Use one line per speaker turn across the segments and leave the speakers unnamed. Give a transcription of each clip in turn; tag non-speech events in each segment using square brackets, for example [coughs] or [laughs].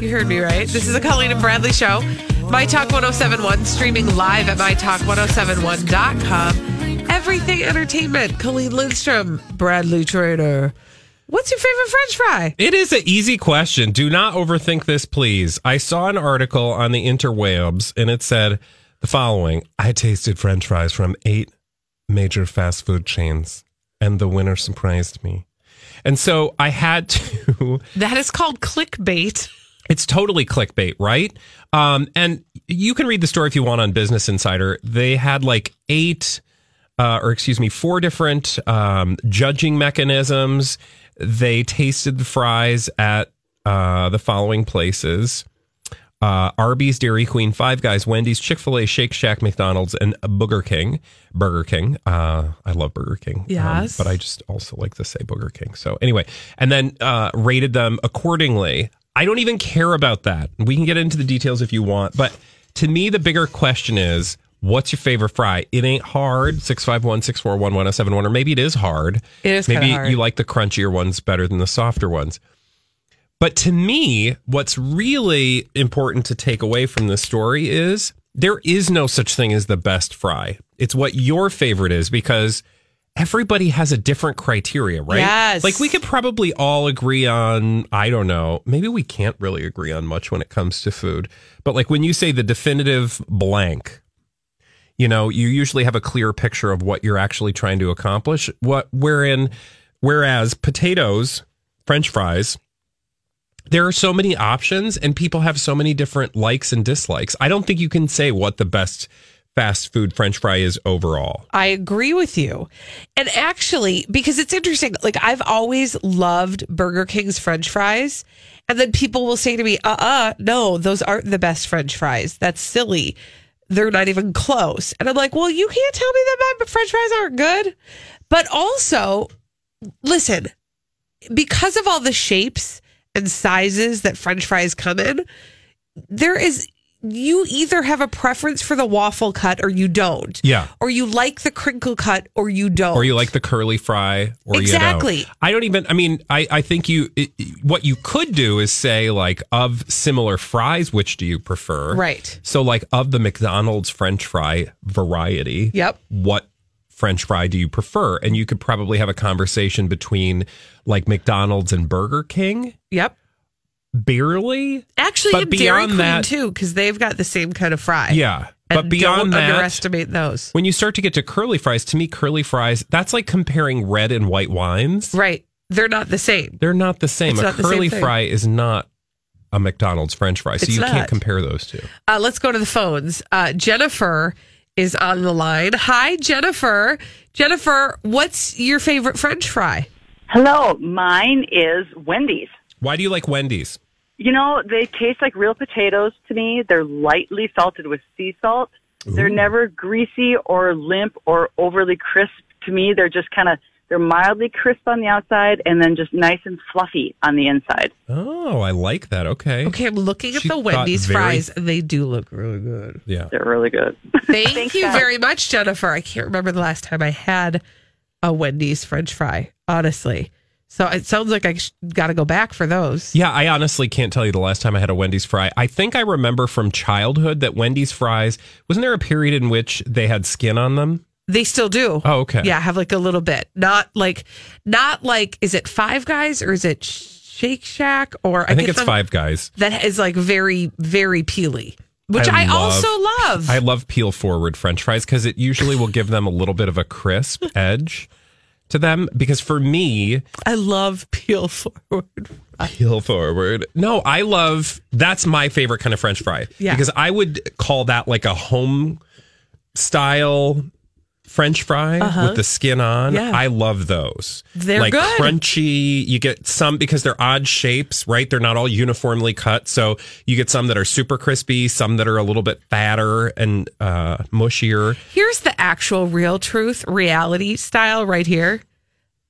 You heard me right. This is a Colleen and Bradley show. My Talk 1071, streaming live at mytalk1071.com. Everything entertainment. Colleen Lindstrom, Bradley Trainer. What's your favorite French fry?
It is an easy question. Do not overthink this, please. I saw an article on the interwebs and it said the following I tasted french fries from eight major fast food chains, and the winner surprised me. And so I had [laughs] to.
That is called clickbait.
It's totally clickbait, right? Um, and you can read the story if you want on Business Insider. They had like eight, uh, or excuse me, four different um, judging mechanisms. They tasted the fries at uh, the following places uh, Arby's, Dairy Queen, Five Guys, Wendy's, Chick fil A, Shake Shack, McDonald's, and Burger King. Burger King. Uh, I love Burger King. Um,
Yes.
but I just also like to say Burger King. So anyway, and then uh, rated them accordingly. I don't even care about that. We can get into the details if you want, but to me, the bigger question is, what's your favorite fry? It ain't hard. Six five one six four one one zero seven one, or maybe it is hard.
It is kinda
Maybe
hard.
you like the crunchier ones better than the softer ones. But to me, what's really important to take away from this story is there is no such thing as the best fry. It's what your favorite is because everybody has a different criteria, right?
Yes.
Like we could probably all agree on, I don't know, maybe we can't really agree on much when it comes to food. But like when you say the definitive blank, you know you usually have a clear picture of what you're actually trying to accomplish what wherein whereas potatoes french fries there are so many options and people have so many different likes and dislikes i don't think you can say what the best fast food french fry is overall
I agree with you. And actually, because it's interesting, like I've always loved Burger King's french fries. And then people will say to me, uh uh no, those aren't the best french fries. That's silly. They're not even close. And I'm like, well, you can't tell me that my french fries aren't good. But also, listen, because of all the shapes and sizes that french fries come in, there is you either have a preference for the waffle cut or you don't.
Yeah.
Or you like the crinkle cut or you don't.
or you like the curly fry or you
Exactly.
don't. I don't even I mean I I think you it, what you could do is say like of similar fries which do you prefer?
Right.
So like of the McDonald's french fry variety.
Yep.
What french fry do you prefer? And you could probably have a conversation between like McDonald's and Burger King
Yep.
barely.
Actually,
But
and Dairy
beyond
Queen
that-
too, because they've got the same kind of fry.
Yeah.
And
but beyond
don't
that
underestimate those.
when you start to get to curly fries, to me curly fries that's like comparing red and white wines.
Right. They're not the same.
They're not the same.
It's
a
not the same
curly
thing.
fry is not a McDonald's French fry, so
It's
you can't
not.
compare those two.
Uh, let's go to the phones. Uh, Jennifer is on the line. Hi, Jennifer. Jennifer, what's your favorite French fry?
Hello, mine is Wendy's.
Why do you like Wendy's?
You know, they taste like real potatoes to me. They're lightly salted with sea salt. They're never greasy or limp or overly crisp to me. They're just kind of they're mildly crisp on the outside and then just nice and fluffy on the inside.
Oh, I like that. Okay.
Okay, I'm looking at
She
the
thought
Wendy's
very-
fries, and they do look really good.
Yeah.
They're really good.
Thank you
guys.
very much, Jennifer. I can't remember the last time I had a Wendy's French fry, honestly. So it sounds like I got to go back for those.
Yeah, I honestly can't tell you the last time I had a Wendy's fry. I think I remember from childhood that Wendy's fries wasn't there a period in which they had skin on them?
They still do.
Oh, okay.
Yeah, have like a little bit. Not like, not like, is it Five Guys or is it Sh- Shake Shack or
I think
get
it's
some
Five Guys.
that is like very very peely, which
I
I,
love-
also love.
I love peel forward french fries because it usually will give them a little bit of a crisp [laughs] edge to them. Because for me,
I love peel forward.
peel forward. No, I love that's my favorite kind of french fry.
Yeah.
Because I would call that like a home style french fry with the skin on.
Uh-huh. Yeah.
I love those.
They're
like
good.
crunchy. You get some because they're odd shapes, right? They're not all uniformly cut. So you get some that are super crispy, some that are a little bit fatter and uh, mushier.
Here's the actual real truth, reality style right here.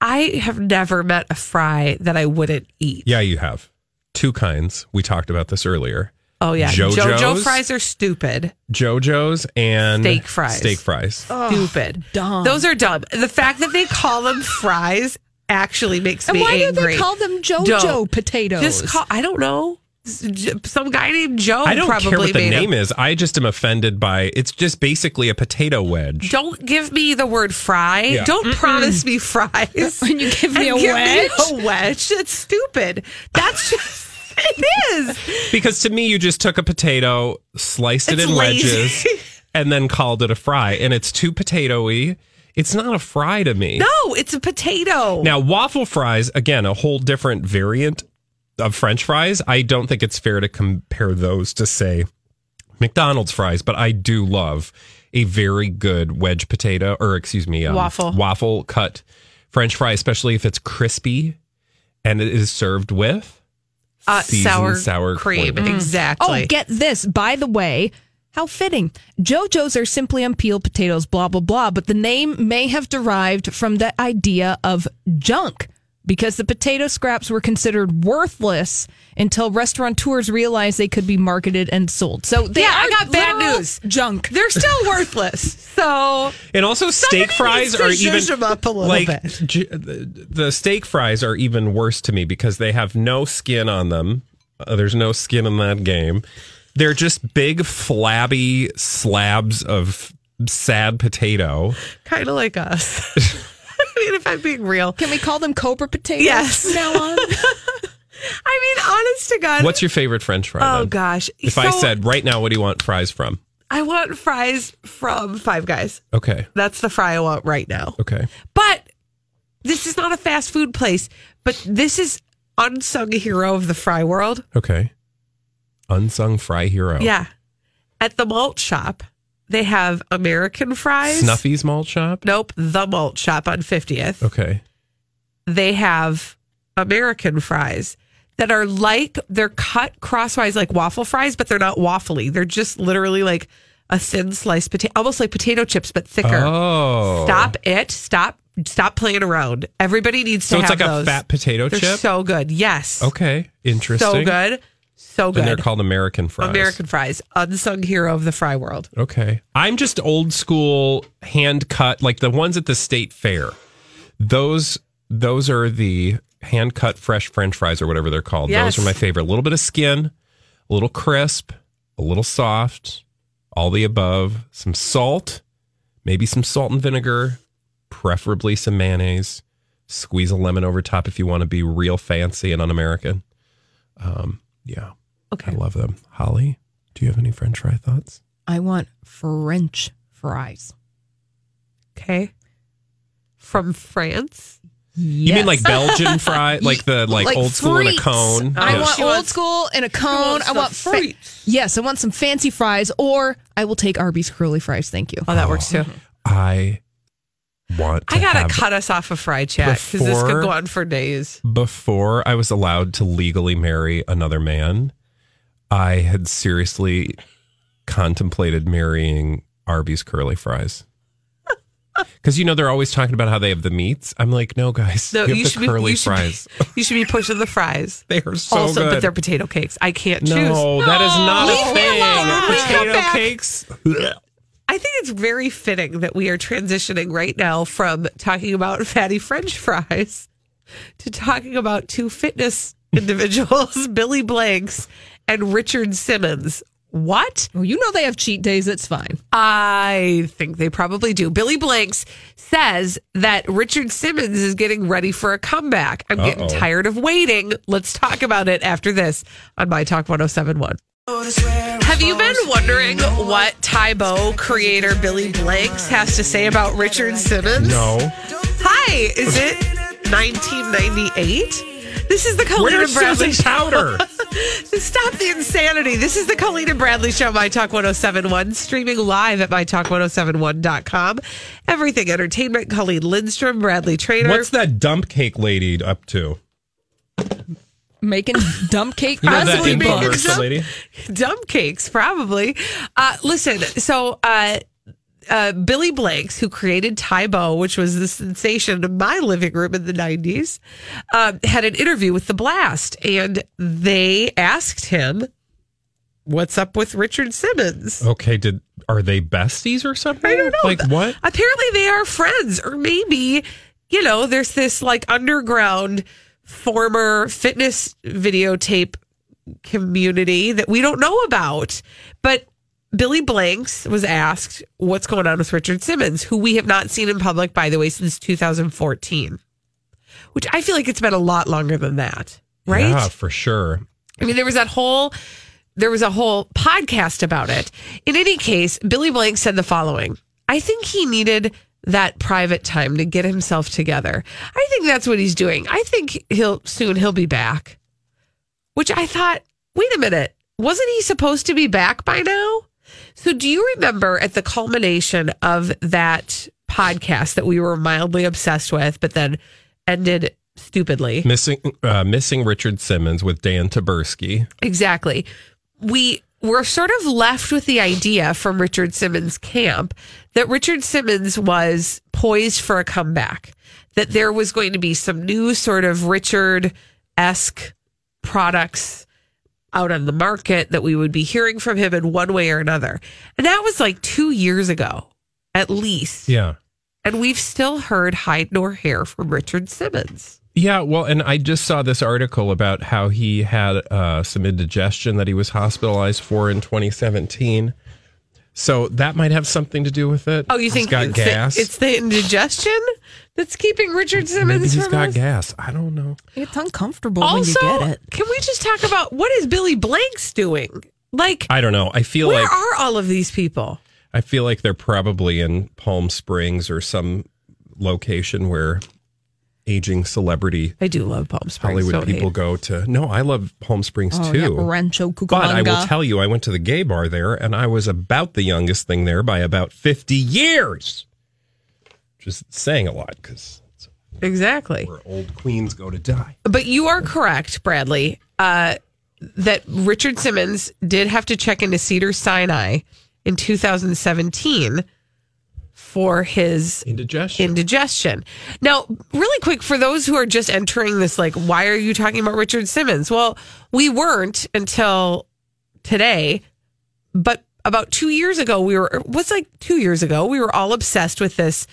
I have never met a fry that I wouldn't eat.
Yeah, you have two kinds. We talked about this earlier.
Oh yeah,
JoJo's?
JoJo fries are stupid.
JoJo's and
Steak fries. Oh,
Steak fries.
stupid.
dumb.
Those are dumb. The fact that they call them fries actually makes
And
me
why
angry.
do they call them JoJo
Don't.
potatoes?
Just call. I don't know. S- J- Some guy named Joe.
I don't
probably
care what the
made
name
them.
is. I just am offended by it's just basically a potato
[laughs]
wedge.
Don't give me the word fry.
Yeah.
Don't promise me fries.
[laughs] When you give me
And
a wedge?
me a wedge. It's stupid. That's [laughs] just. It is.
Because to me, you just took a potato, sliced it
It's
in
lazy.
wedges,
[laughs]
and then called it a fry. And it's too potatoy. It's not a fry to me.
No, it's a potato.
Now, waffle fries, again, a whole different variant of French fries. I don't think it's fair to compare those to, say, McDonald's fries, but I do love a very good wedge potato, or excuse me, um,
Waffle.
waffle cut French fry, especially if it's crispy and it is served with.
uh,
seasoned
sour,
sour
cream.
corn. Mm.
Exactly.
Oh, get this. By the way, how fitting. JoJo's are simply on peeled potatoes, blah, blah, blah. But the name may have derived from the idea of junk because the potato scraps were considered worthless until restaurateurs realized they could be marketed and sold. So they
Yeah,
are
I got bad
literal
news.
Junk.
They're still worthless.
[laughs]
So
And also, steak fries
needs to
are
zhuzh
even
them up a little
like
bit.
j- the the steak fries are even worse to me because they have no skin on them. Uh, there's no skin in that game. They're just big flabby slabs of sad potato.
kind of like
[laughs]
us. [laughs] I mean, if I'm being real,
Can we call them cobra potatoes
Yes.
from now
[laughs]
on?
I mean, honest to God.
What's your favorite French fry?
oh
then?
gosh?
If I
So,
said right now, what do you want fries from?
I want fries from Five Guys,
Okay,
that's the fry I want right now.
okay.
But this is not a fast food place. But this is unsung hero of the fry world.
Okay. Unsung fry hero.
Yeah, at the malt shop, they have American fries.
Snuffy's Malt Shop.
Nope, the malt shop on Fiftieth.
Okay.
they have American fries that are like they're cut crosswise like waffle fries, but they're not waffly. They're just literally like a thin sliced potato, almost like potato chips, but thicker.
Oh.
Stop it! Stop! Stop playing around. Everybody needs to
So it's
have
like
those.
a fat potato
they're
chip.
so good. Yes.
okay. Interesting.
So good. So good.
And they're called American fries.
American fries, unsung hero of the fry world.
Okay. I'm just old school hand cut, like the ones at the state fair. Those those are the hand cut fresh French fries or whatever they're called.
Yes.
Those are my favorite. A little bit of skin, a little crisp, a little soft, all the above, some salt, maybe some salt and vinegar, preferably some mayonnaise. Squeeze a lemon over top if you want to be real fancy and un-American. Um, yeah, I
Okay.
love them. Holly, do you have any French fry thoughts?
I want French fries.
Okay. From France.
You mean
[laughs]
like Belgian fry, like the like,
Like
old school in a
frites.
cone?
I
Yeah.
want
She
old
wants-
school in a cone. I want fa- Yes, I want some fancy fries, or I will take Arby's curly fries. Thank you.
Oh, that works too.
I want. To
I gotta
have-
cut us off a fry chat because this
Before-
could go on for days.
before I was allowed to legally marry another man. I had seriously contemplated marrying Arby's
[laughs]
curly fries. Because you know they're always talking about how they have the meats. I'm like, no, guys,
No,
you have
you
the
should be
curly
you should be-
fries.
[laughs] you should be pushing the
[laughs]
fries.
They are so
also,
good.
but they're potato cakes. I can't choose.
no, that is not
Leave
a
me
thing.
alone. When we come
Potato
back- [laughs]
cakes.
I think it's very fitting that we are transitioning right now from talking about [laughs] fatty French fries to talking [laughs] about two fitness individuals, Billy Blanks and Richard Simmons. What?
Well, you know they have cheat days. It's fine.
I think they probably do. Billy Blanks says that Richard Simmons is getting ready for a comeback. I'm getting
Uh-oh.
tired of waiting. Let's talk about it after this on My Talk 1071. Have you been wondering what Tybo creator Billy Blanks has to say about Richard Simmons?
No.
Hi, is it 1998? This is the Colleen
Where's
and Bradley
Susie
Show.
Powder?
[laughs] Stop the insanity. This is the Colleen and Bradley Show, My Talk 1071, streaming live at MyTalk1071.com. Everything Entertainment, Colleen Lindstrom, Bradley Trainer.
What's that dump cake lady up to?
[laughs] Making dump cake
You know
possibly
that
being
book.
info-
infomercial lady?
dumb cakes, probably. Uh, listen, so uh, uh, Billy Blanks, who created Tybo, which was the sensation in my living room in the 90s, um, had an interview with The Blast, and they asked him, What's up with Richard Simmons?
Okay, did are they besties or something?
I don't know.
Like what?
Apparently, they are friends, or maybe, you know, there's this like underground former fitness videotape community that we don't know about. But Billy Blanks was asked what's going on with Richard Simmons, who we have not seen in public, by the way, since 2014, which I feel like it's been a lot longer than that, right?
Yeah, for sure.
I mean, there was that whole there was a whole podcast about it. In any case, Billy Blank said the following: I think he needed that private time to get himself together. I think that's what he's doing. I think he'll soon he'll be back. Which I thought, wait a minute, wasn't he supposed to be back by now? So do you remember at the culmination of that podcast that we were mildly obsessed with, but then ended stupidly?
Missing uh, missing Richard Simmons with Dan Taberski.
Exactly. We were sort of left with the idea from Richard Simmons' camp that Richard Simmons was poised for a comeback, that there was going to be some new sort of Richard esque products out on the market that we would be hearing from him in one way or another. And that was like two years ago, at least.
Yeah.
And we've still heard hide nor hair from Richard Simmons.
Yeah, well, and I just saw this article about how he had uh, some indigestion that he was hospitalized for in 2017. So that might have something to do with it.
Oh, you
He's
think
got
it's,
gas?
The, it's the indigestion that's keeping Richard
Maybe
Simmons
he's
from
got
us?
gas. I don't know.
It's uncomfortable
Also,
when you get it.
can we just talk about what is Billy Blanks doing? Like,
I don't know. I feel
where
like
are all of these people?
I feel like they're probably in Palm Springs or some location where aging celebrity
I do love Palm Springs.
Hollywood
don't
people
hate.
go to. No, I love Palm Springs
Oh, yeah,
too.
Rancho
But I will
Cucamonga.
tell you, I went to the gay bar there and I was about the youngest thing there by about 50 years. Just saying a lot because it's
exactly.
where old queens go to die.
But you are correct, Bradley, uh, that Richard Simmons did have to check into Cedar Sinai in 2017 for his
Indigestion.
indigestion. Now, really quick for those who are just entering this, like, why are you talking about Richard Simmons? Well, we weren't until today, but about two years ago, we were. It was like two years ago. We were all obsessed with this,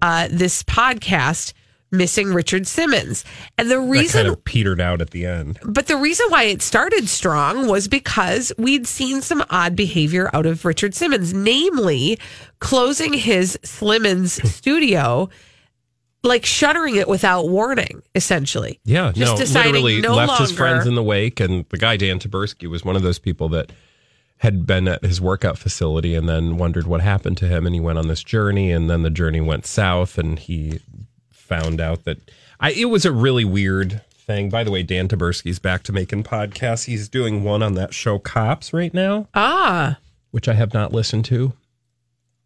uh, this podcast missing Richard Simmons, and the
that
reason
kind of petered out at the end.
but the reason why it started strong was because we'd seen some odd behavior out of Richard Simmons, namely closing his
[laughs]
Slimmons studio, like shuttering it without warning, essentially.
Yeah,
Just
no,
deciding
literally
no
left his
longer-
friends in the wake, and the guy Dan Taberski was one of those people that had been at his workout facility and then wondered what happened to him, and he went on this journey, and then the journey went south, and he found out that I it was a really weird thing. By the way, Dan Taberski's back to making podcasts. He's doing one on that show Cops right now,
Ah.
which I have not listened to.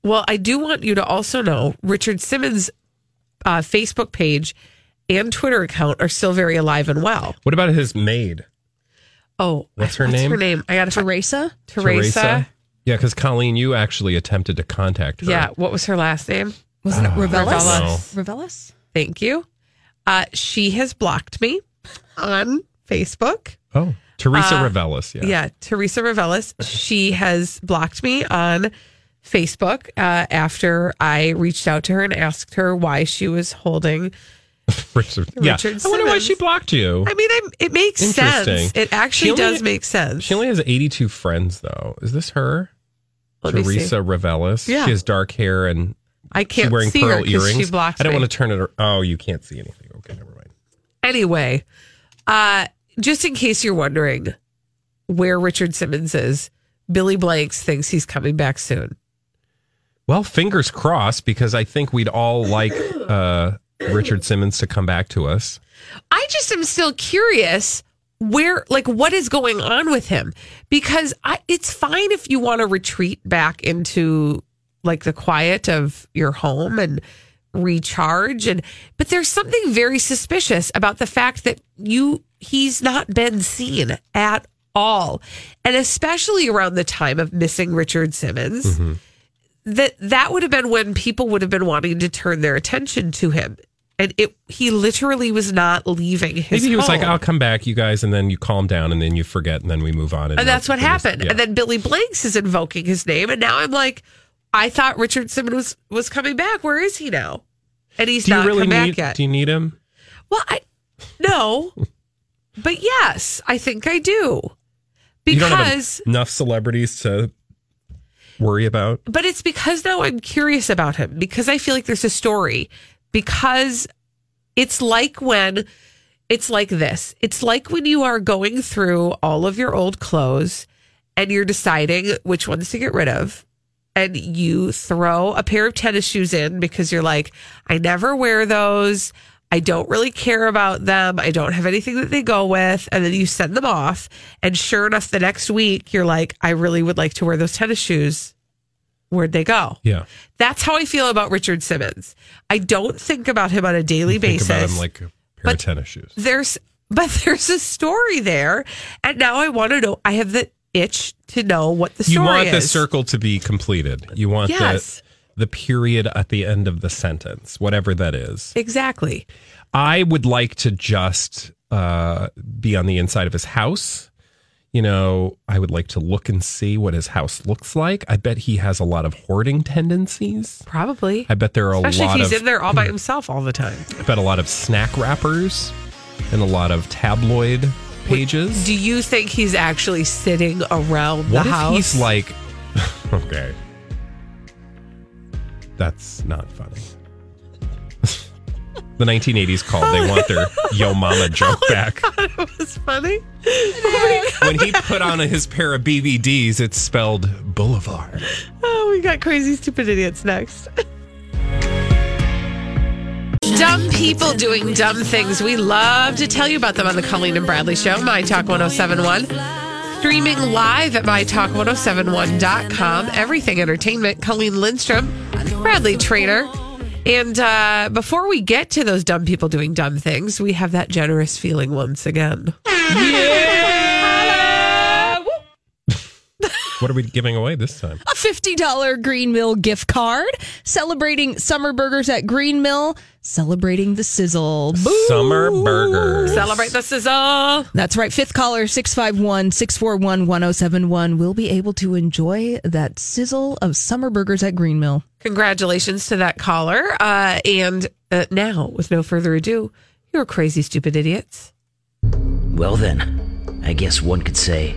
Well, I do want you to also know Richard Simmons' uh, Facebook page and Twitter account are still very alive and well.
What about his maid,
Oh,
What's her
Her
name?
name. I got to Teresa.
Teresa?
Teresa.
Yeah, because Colleen, you actually attempted to contact her.
Yeah. What was her last name?
Wasn't it Revellis?
Revellis.
Revellis?
Thank you. Uh, she has blocked me on Facebook.
Oh, Teresa Revellis. Yeah.
Uh, Yeah, Teresa Revelis. She has blocked me on Facebook uh, after I reached out to her and asked her why she was holding
Richard, yeah.
Richard
I wonder why
Simmons.
she blocked you.
I mean, I'm, it makes
Interesting.
sense. It
She
actually
only-
does make sense.
She only has 82 friends, though. Is this her?
Let me see.
Teresa Revelis.
Yeah.
She has dark hair and
I
she's
can't
wearing
see her
pearl
'cause
earrings.
she blocked
I don't
me.
want to turn it. ar- Oh, you can't see anything. Okay, never mind.
Anyway, uh, just in case you're wondering where Richard Simmons is, Billy Blanks thinks he's coming back soon.
Well, fingers crossed because I think we'd all like uh, Richard Simmons to come back to us.
I just am still curious where, like, what is going on with him? Because I, it's fine if you want to retreat back into like the quiet of your home and recharge and but there's something very suspicious about the fact that you he's not been seen at all and especially around the time of missing richard simmons that that would have been when people would have been wanting to turn their attention to him and it he literally was not leaving his
Maybe he was like,
home.
"I'll come back, you guys," and then you calm down, and then you forget, and then we move on.
and Oh, that's what happened
"Oh, Yeah.
and then billy blanks is invoking his name and now i'm like i thought richard simmons was was coming back where is he now and he's
do you
not
really
come
need?
back yet
Do you need him?
well i
[laughs]
no but yes i think i do
you don't have
because
en- enough celebrities to worry about.
but it's because now I'm curious about him because I feel like there's a story because it's like when it's like this. It's like when you are going through all of your old clothes and you're deciding which ones to get rid of and you throw a pair of tennis shoes in because you're like, I never wear those. I don't really care about them. I don't have anything that they go with. And then you send them off. And sure enough, the next week, you're like, I really would like to wear those tennis shoes. Where'd they go?
Yeah,
That's how I feel about Richard Simmons. I don't think about him on a daily
think
basis
about him like a pair of
But-
tennis shoes.
there's but [laughs] there's a story there and now i want to know i have the itch to know what the
You
story
want the
is
circle to be completed. You want
Yes.
the the period at the end of the sentence, whatever that is.
exactly
I would like to just uh, be on the inside of his house. You know, I would like to look and see what his house looks like. I bet he has a lot of hoarding tendencies.
probably
I bet there are a
especially if
lot
he's
of
in there all by himself all the time
I bet a lot of snack wrappers and a lot of tabloid pages.
do you think he's actually sitting around
what
the
if
house
he's like [laughs] okay. That's not funny. the 1980s called. They
[laughs]
want their yo mama
Oh,
joke back.
it was funny
when he put on his pair of BVDs, it's spelled Boulevard.
oh we got crazy stupid idiots next Dumb people doing dumb things. We love to tell you about them on the Colleen and Bradley Show, My Talk 1071. Streaming live at mytalk1071.com. Everything Entertainment. Colleen Lindstrom, Bradley Trainer. And uh, before we get to those dumb people doing dumb things, we have that generous feeling once again.
What are we giving away this time?
a $50 Green Mill gift card, celebrating summer burgers at Green Mill, celebrating the sizzle. Boo!
Summer burgers.
Celebrate the sizzle.
That's right. Fifth caller 651 641 1071 will be able to enjoy that sizzle of summer burgers at Green Mill.
Congratulations to that caller. Uh, and uh, now, with no further ado, you're crazy, stupid idiots.
Well, then, I guess one could say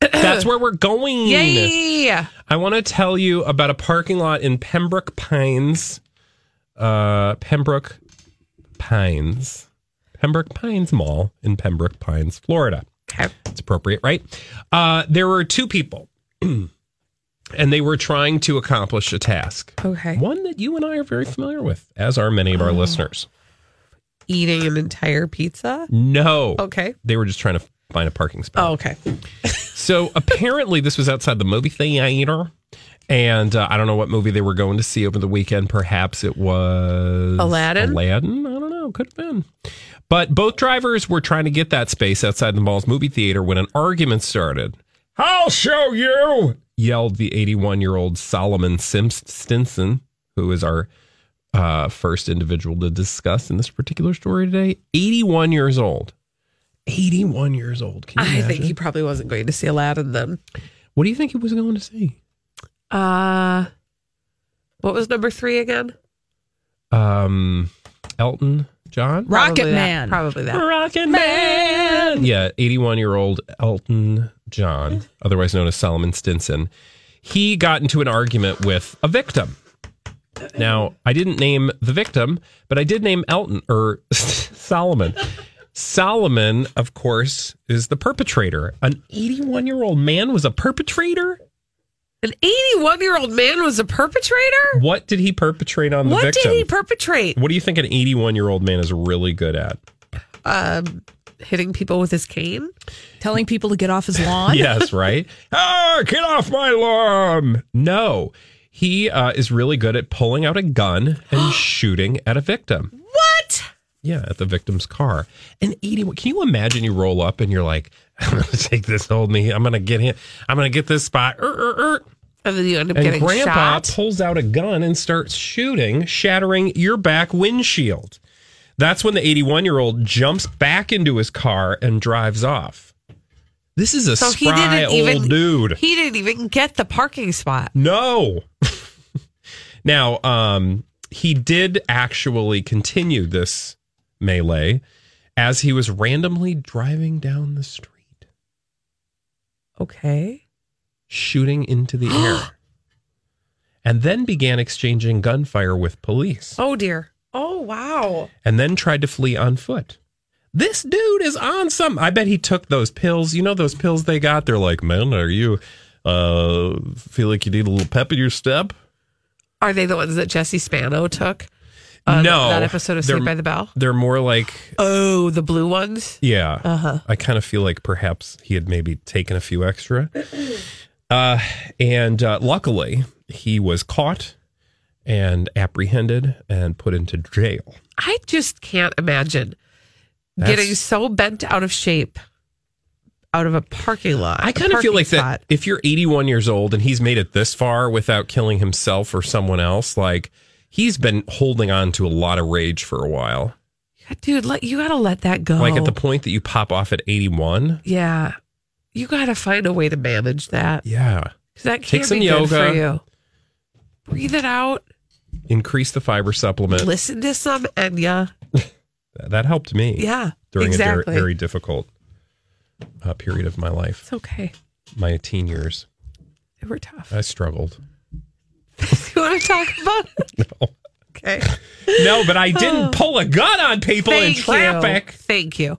That's where we're going.
Yay!
I want to tell you about a parking lot in Pembroke Pines. Uh, Pembroke Pines. Pembroke Pines Mall in Pembroke Pines, Florida.
Okay.
It's appropriate, right? Uh, there were two people, [clears throat] and they were trying to accomplish a task.
Okay. Oh.
One that you and I are very familiar with, as are many of our listeners.
Eating an entire pizza.
No.
Okay.
They were just trying to find a parking spot.
Oh, okay.
So apparently, this was outside the movie theater. And uh, I don't know what movie they were going to see over the weekend. Perhaps it was
Aladdin?
Aladdin? I don't know. Could have been. But both drivers were trying to get that space outside the mall's movie theater when an argument started. I'll show you, yelled the 81 year old Solomon Sims- Stinson, who is our uh, first individual to discuss in this particular story today. 81 years old. 81 years old. Can you
I think
imagine?
he probably wasn't going to see Aladdin then.
What do you think he was going to see?
Uh, what was number three again?
Um, Elton John?
Rocket
Probably that.
Man.
Probably that.
Rocket Man. Yeah, 81 year old Elton John, otherwise known as Solomon Stinson, he got into an argument with a victim. Now, I didn't name the victim, but I did name Elton or [laughs] Solomon. Solomon, of course, is the perpetrator. An 81 year old man was a perpetrator?
An 81 year old man was a perpetrator?
What did he perpetrate on the
What
victim?
did he perpetrate?
what do you think an 81 year old man is really good at?
Um, hitting people with his cane?
Telling people to get off his
[laughs]
lawn.
yes, right? Ah, get off my lawn. No, he uh, is really good at pulling out a gun and shooting at a victim.
What?
Yeah, at the victim's car. And 81. Can you imagine you roll up and you're like, [laughs] I'm going to take this, hold me. I'm going to get him. I'm going to get this spot. Er, er, er.
And then you end up
And
getting
grandpa
shot.
pulls out a gun and starts shooting, shattering your back windshield. That's when the 81 year old jumps back into his car and drives off. This is a
so he
spry
didn't
old
even
dude.
He didn't even get the parking spot.
No. [laughs] now, um, he did actually continue this melee as he was randomly driving down the street,
Okay.
shooting
[gasps]
into the air, and then began exchanging gunfire with police,
Oh dear. Oh wow.
and then tried to flee on foot. This dude is on some. I bet he took those pills. You know those pills they got. They're like, man, are you uh, feel like you need a little pep in your step?
Are they the ones that Jesse Spano took? Uh,
no,
that episode of
They're-
Saved by the Bell?
They're more like
Oh, the blue ones.
Yeah.
Uh-huh.
I kind of feel like perhaps he had maybe taken a few extra. [clears throat] uh, and uh, luckily, he was caught and apprehended and put into jail.
I just can't imagine
That's-
getting so bent out of shape out of a parking lot.
I
a
kind of feel
parking
like
spot.
that if you're 81 years old and he's made it this far without killing himself or someone else, like he's been holding on to a lot of rage for a while.
Yeah, dude. Let you gotta let that go.
Like at the point that you pop off at 81.
yeah, you gotta find a way to manage that
Yeah.
'Cause that
Take
can
some
be good
yoga.
for you. Breathe it out.
Increase the fiber supplement.
Listen to some Enya.
That helped me.
Yeah,
during
exactly.
a very, very difficult uh, period of my life,
it's okay.
my teen years.
They were tough.
I struggled.
[laughs] you want to talk about? It?
[laughs]
Okay.
No, but
[laughs]
I didn't pull a gun on people
Oh. Thank
in traffic.
You. Thank you.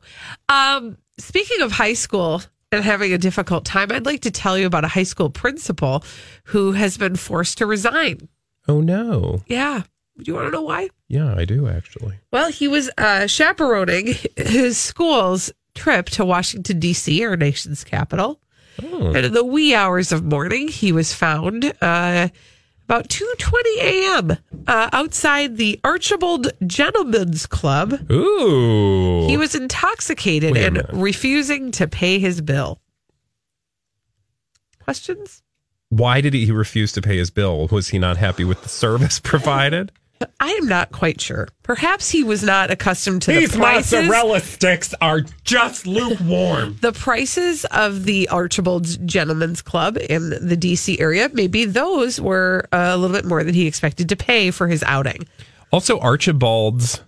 Um, speaking of high school and having a difficult time, I'd like to tell you about a high school principal who has been forced to resign.
Oh no!
Yeah. Do you want to know why?
Yeah, I do actually.
Well, he was uh, chaperoning his school's trip to Washington, D.C., our nation's capital.
Hmm.
And in the wee hours of morning, he was found uh, about 2.20 a.m. Uh, outside the Archibald Gentlemen's Club.
Ooh,
He was intoxicated
Wait a
and
minute.
refusing to pay his bill. Questions?
Why did he refuse to pay his bill? Was he not happy with the service [laughs] provided?
I am not quite sure. Perhaps he was not accustomed to the prices.
sticks are just lukewarm.
The prices of the Archibald's Gentlemen's Club in the DC area, maybe those were uh, a little bit more than he expected to pay for his outing.
[laughs] also, Archibald's.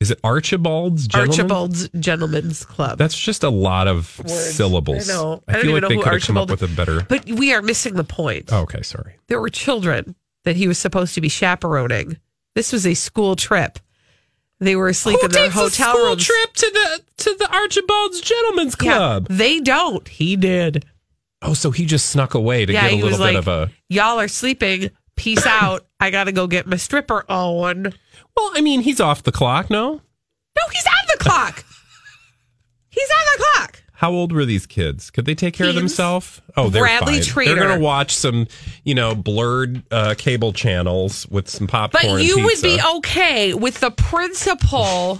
Is it Archibald's? Gentleman?
Archibald's Gentlemen's Club.
That's just a lot of syllables.
I know.
I
I don't
feel
even
like
know
they
who
could have come up
Archibald-
with a better.
but we are missing the point.
Oh, okay, sorry.
there were children that he was supposed to be chaperoning. This was a school trip. They were asleep in their hotel
school
rooms.
trip to the to the Archibald's Gentlemen's
Yeah,
Club?
they don't. He did.
Oh, so he just snuck away to
yeah,
get
he
a
was
little bit
like,
of a.
"Y'all are sleeping.
[coughs]
Peace out. I gotta go get my stripper on." No,
Well, I mean, he's off the clock. No,
he's on the clock. he's on the clock.
how old were these kids? Could they take care of
Teens.
themselves? Oh, they're
Bradley
fine.
Traynor.
They're gonna watch some, you know, blurred uh, cable channels with some popcorn.
But you
and
would be
pizza. [laughs]
okay with the principal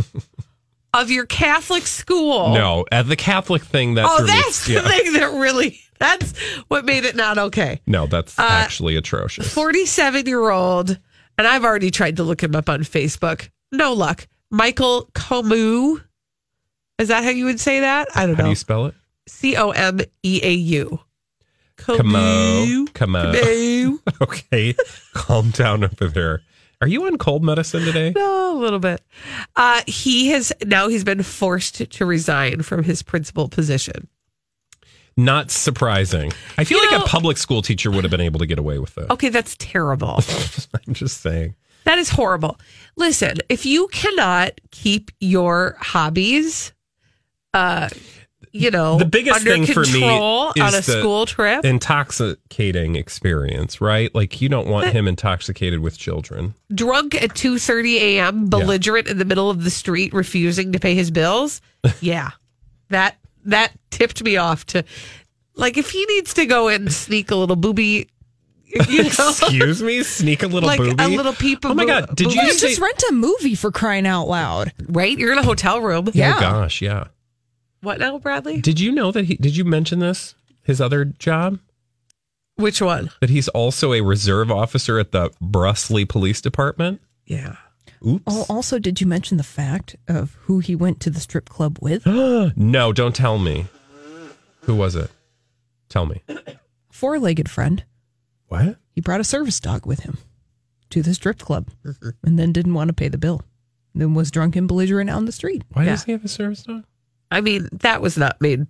of your Catholic school.
No, at the Catholic thing that.
Oh,
threw me-
that's the
yeah.
thing that really, that's what made it not okay.
No, that's
Uh,
actually atrocious.
47 year old, and I've already tried to look him up on Facebook. No luck. Michael Comu. Is that how you would say that? I don't
How do
know.
you spell it? [laughs]
C O M E A U.
Camo. Camo.
Camus.
Okay, calm down over there. Are you on cold medicine today?
No, [laughs] a little bit. Uh, he has now he's been forced to resign from his principal position.
Not surprising. I feel
You
like
know- Oh.
a public school teacher would have been able to get away with that.
Okay, that's terrible.
[laughs] I'm just saying.
that is horrible. Listen, if you cannot keep your hobbies, uh, you know,
The biggest
under
thing for me
control
is
on a
the-
school trip.
Intoxicating experience, right? Like you don't want
But-
him intoxicated with children.
drunk at 2.30 a.m belligerent in the middle of the street refusing to pay his
[laughs]
bills yeah that that tipped me off to like if he needs to go and sneak a little booby
[laughs]
you know
Excuse me, sneak a little
like
boobie.
a little peep of
Oh my god! Did you
Yeah,
say?
just rent a movie for crying out loud.
right you're in a hotel room
Oh gosh, yeah.
what now bradley
Did you know that he? Did you mention this? His other job
which one
that he's also a reserve officer at the Brusley Police Department.
yeah
Oops.
Oh, also, did you mention the fact of who he went to the strip club with?
oh.
[gasps] No, don't tell me. Who was it? Tell me.
Four-legged friend.
What?
He brought a service dog with him to the strip club, and then didn't want to pay the bill. Then was drunk and belligerent on the street.
Why
Yeah.
does he have a service dog?
i mean that was not made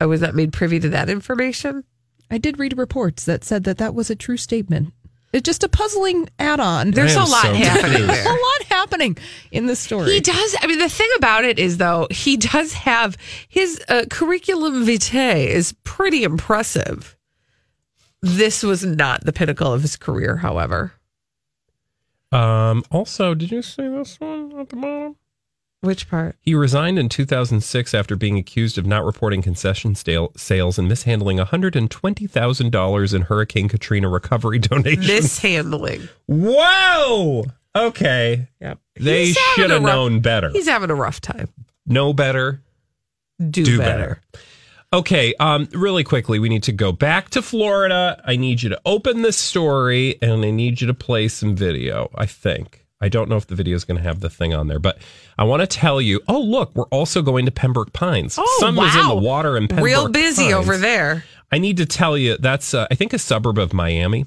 i was not made privy to that information
I did read reports that said that that was a true statement. It's just a puzzling add-on. There's
there's
I
a
am
lot
so
happening
confused.
a
there
lot happening in this story.
He does. I mean, the thing about it is, though, he does have his uh, curriculum vitae is pretty impressive. This was not the pinnacle of his career, however.
Um, also, did you see this one at the bottom?
Which part?
He resigned in 2006 after being accused of not reporting concession sale- sales and mishandling $120,000 in Hurricane Katrina recovery [laughs] donations.
Mishandling.
Whoa! Okay.
Yep.
They
He's having
should
a
have
rough-
known better.
He's having a rough time.
Know better,
Do,
do
better.
better. Okay, um, really quickly, we need to go back to Florida. I need you to open this story and I need you to play some video, I think. I don't know if the video is going to have the thing on there, but I want to tell you oh, look, we're also going to Pembroke Pines.
Oh,
Sun was
wow.
in the water in Pembroke
Real busy
Pines.
over there.
I need to tell you that's, uh, I think, a suburb of Miami.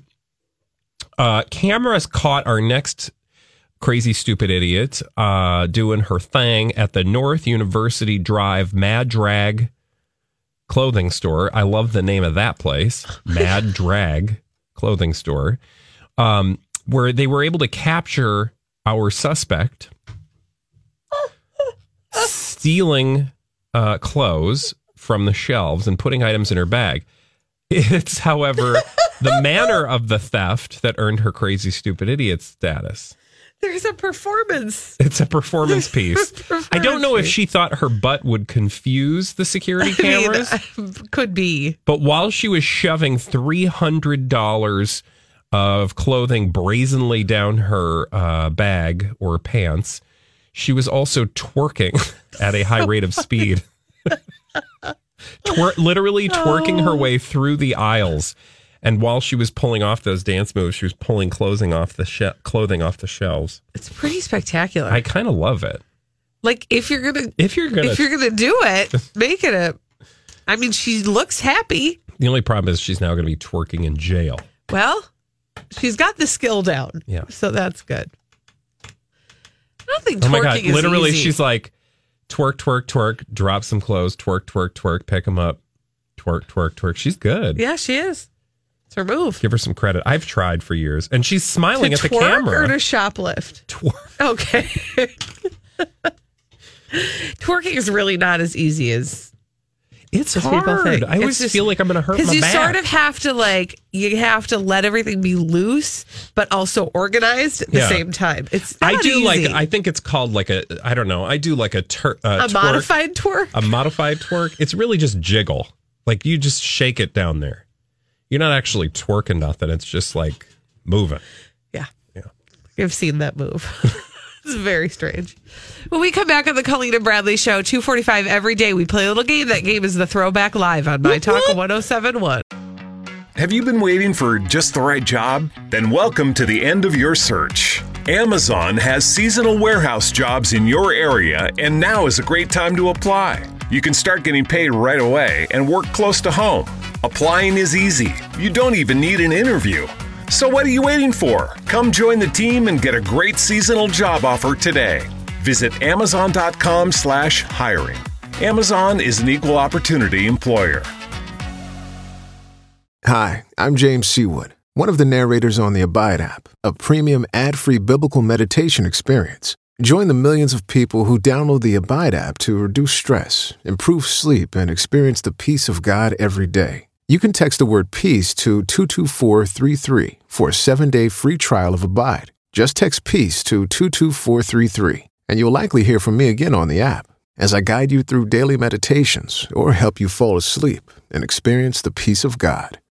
Uh, cameras caught our next crazy, stupid idiot uh, doing her thing at the North University Drive Mad Drag clothing store. I love the name of that place, Mad Drag clothing store, um, where they were able to capture our suspect stealing uh, clothes from the shelves and putting items in her bag. It's, however, the manner of the theft that earned her crazy, stupid idiot status.
There's a performance. [laughs]
It's a performance piece.
Performance
I don't know if
piece.
she thought her butt would confuse the security cameras,
[laughs] I mean, could be.
but while she was shoving $300 of clothing brazenly down her uh, bag or pants, she was also twerking [laughs] at a high rate of speed. [laughs] Twer- literally twerking her way through the aisles. And while she was pulling off those dance moves, she was pulling clothing off the she- clothing off the shelves.
It's pretty spectacular.
I kind of love it.
like if you're gonna
If you're gonna,
if you're gonna do
[laughs]
it, make it a. I mean, she looks happy.
the only problem is she's now going to be twerking in jail.
Well, she's got the skill down.
Yeah.
So that's good. I don't think twerking
Oh my god!
is
Literally,
easy.
she's like, twerk, twerk, twerk, drop some clothes, twerk, twerk, twerk, pick them up, twerk, twerk, twerk. She's good.
yeah, she is. It's her move.
Give her some credit. I've tried for years, and she's
To
smiling at the
twerk or
camera.
to shoplift.
[laughs] Twerk.
Okay. [laughs] twerking is really not as easy as
It's
As people
hard.
think.
I always
It's just-
feel like I'm going to hurt my
because you
back.
sort of have to like you have to let everything be loose but also organized at the
Yeah.
same time. It's
I
not
do like.
easy.
I think it's called like a. I don't know. I do like a, tur- uh,
a
twerk, Uh,
modified twerk.
a modified twerk. It's really just jiggle. Like you just shake it down there. You're not actually twerking nothing. It's just like moving.
Yeah.
Yeah.
I've seen that move. [laughs] It's very strange. When we come back on the Colleen and Bradley show, 245 every day, we play a little game. That game is the Throwback Live on My Talk 1071.
Have you been waiting for just the right job? Then welcome to the end of your search. Amazon has seasonal warehouse jobs in your area, and now is a great time to apply. You can start getting paid right away and work close to home. Applying is easy, you don't even need an interview. So, what are you waiting for? Come join the team and get a great seasonal job offer today. Visit amazon.com slash hiring. Amazon is an equal opportunity employer.
Hi, I'm James Seawood, one of the narrators on the Abide app, a premium ad free biblical meditation experience. Join the millions of people who download the Abide app to reduce stress, improve sleep, and experience the peace of God every day. You can text the word peace to 22433 for a seven day free trial of Abide. Just text peace to 22433, and you'll likely hear from me again on the app as I guide you through daily meditations or help you fall asleep and experience the peace of God.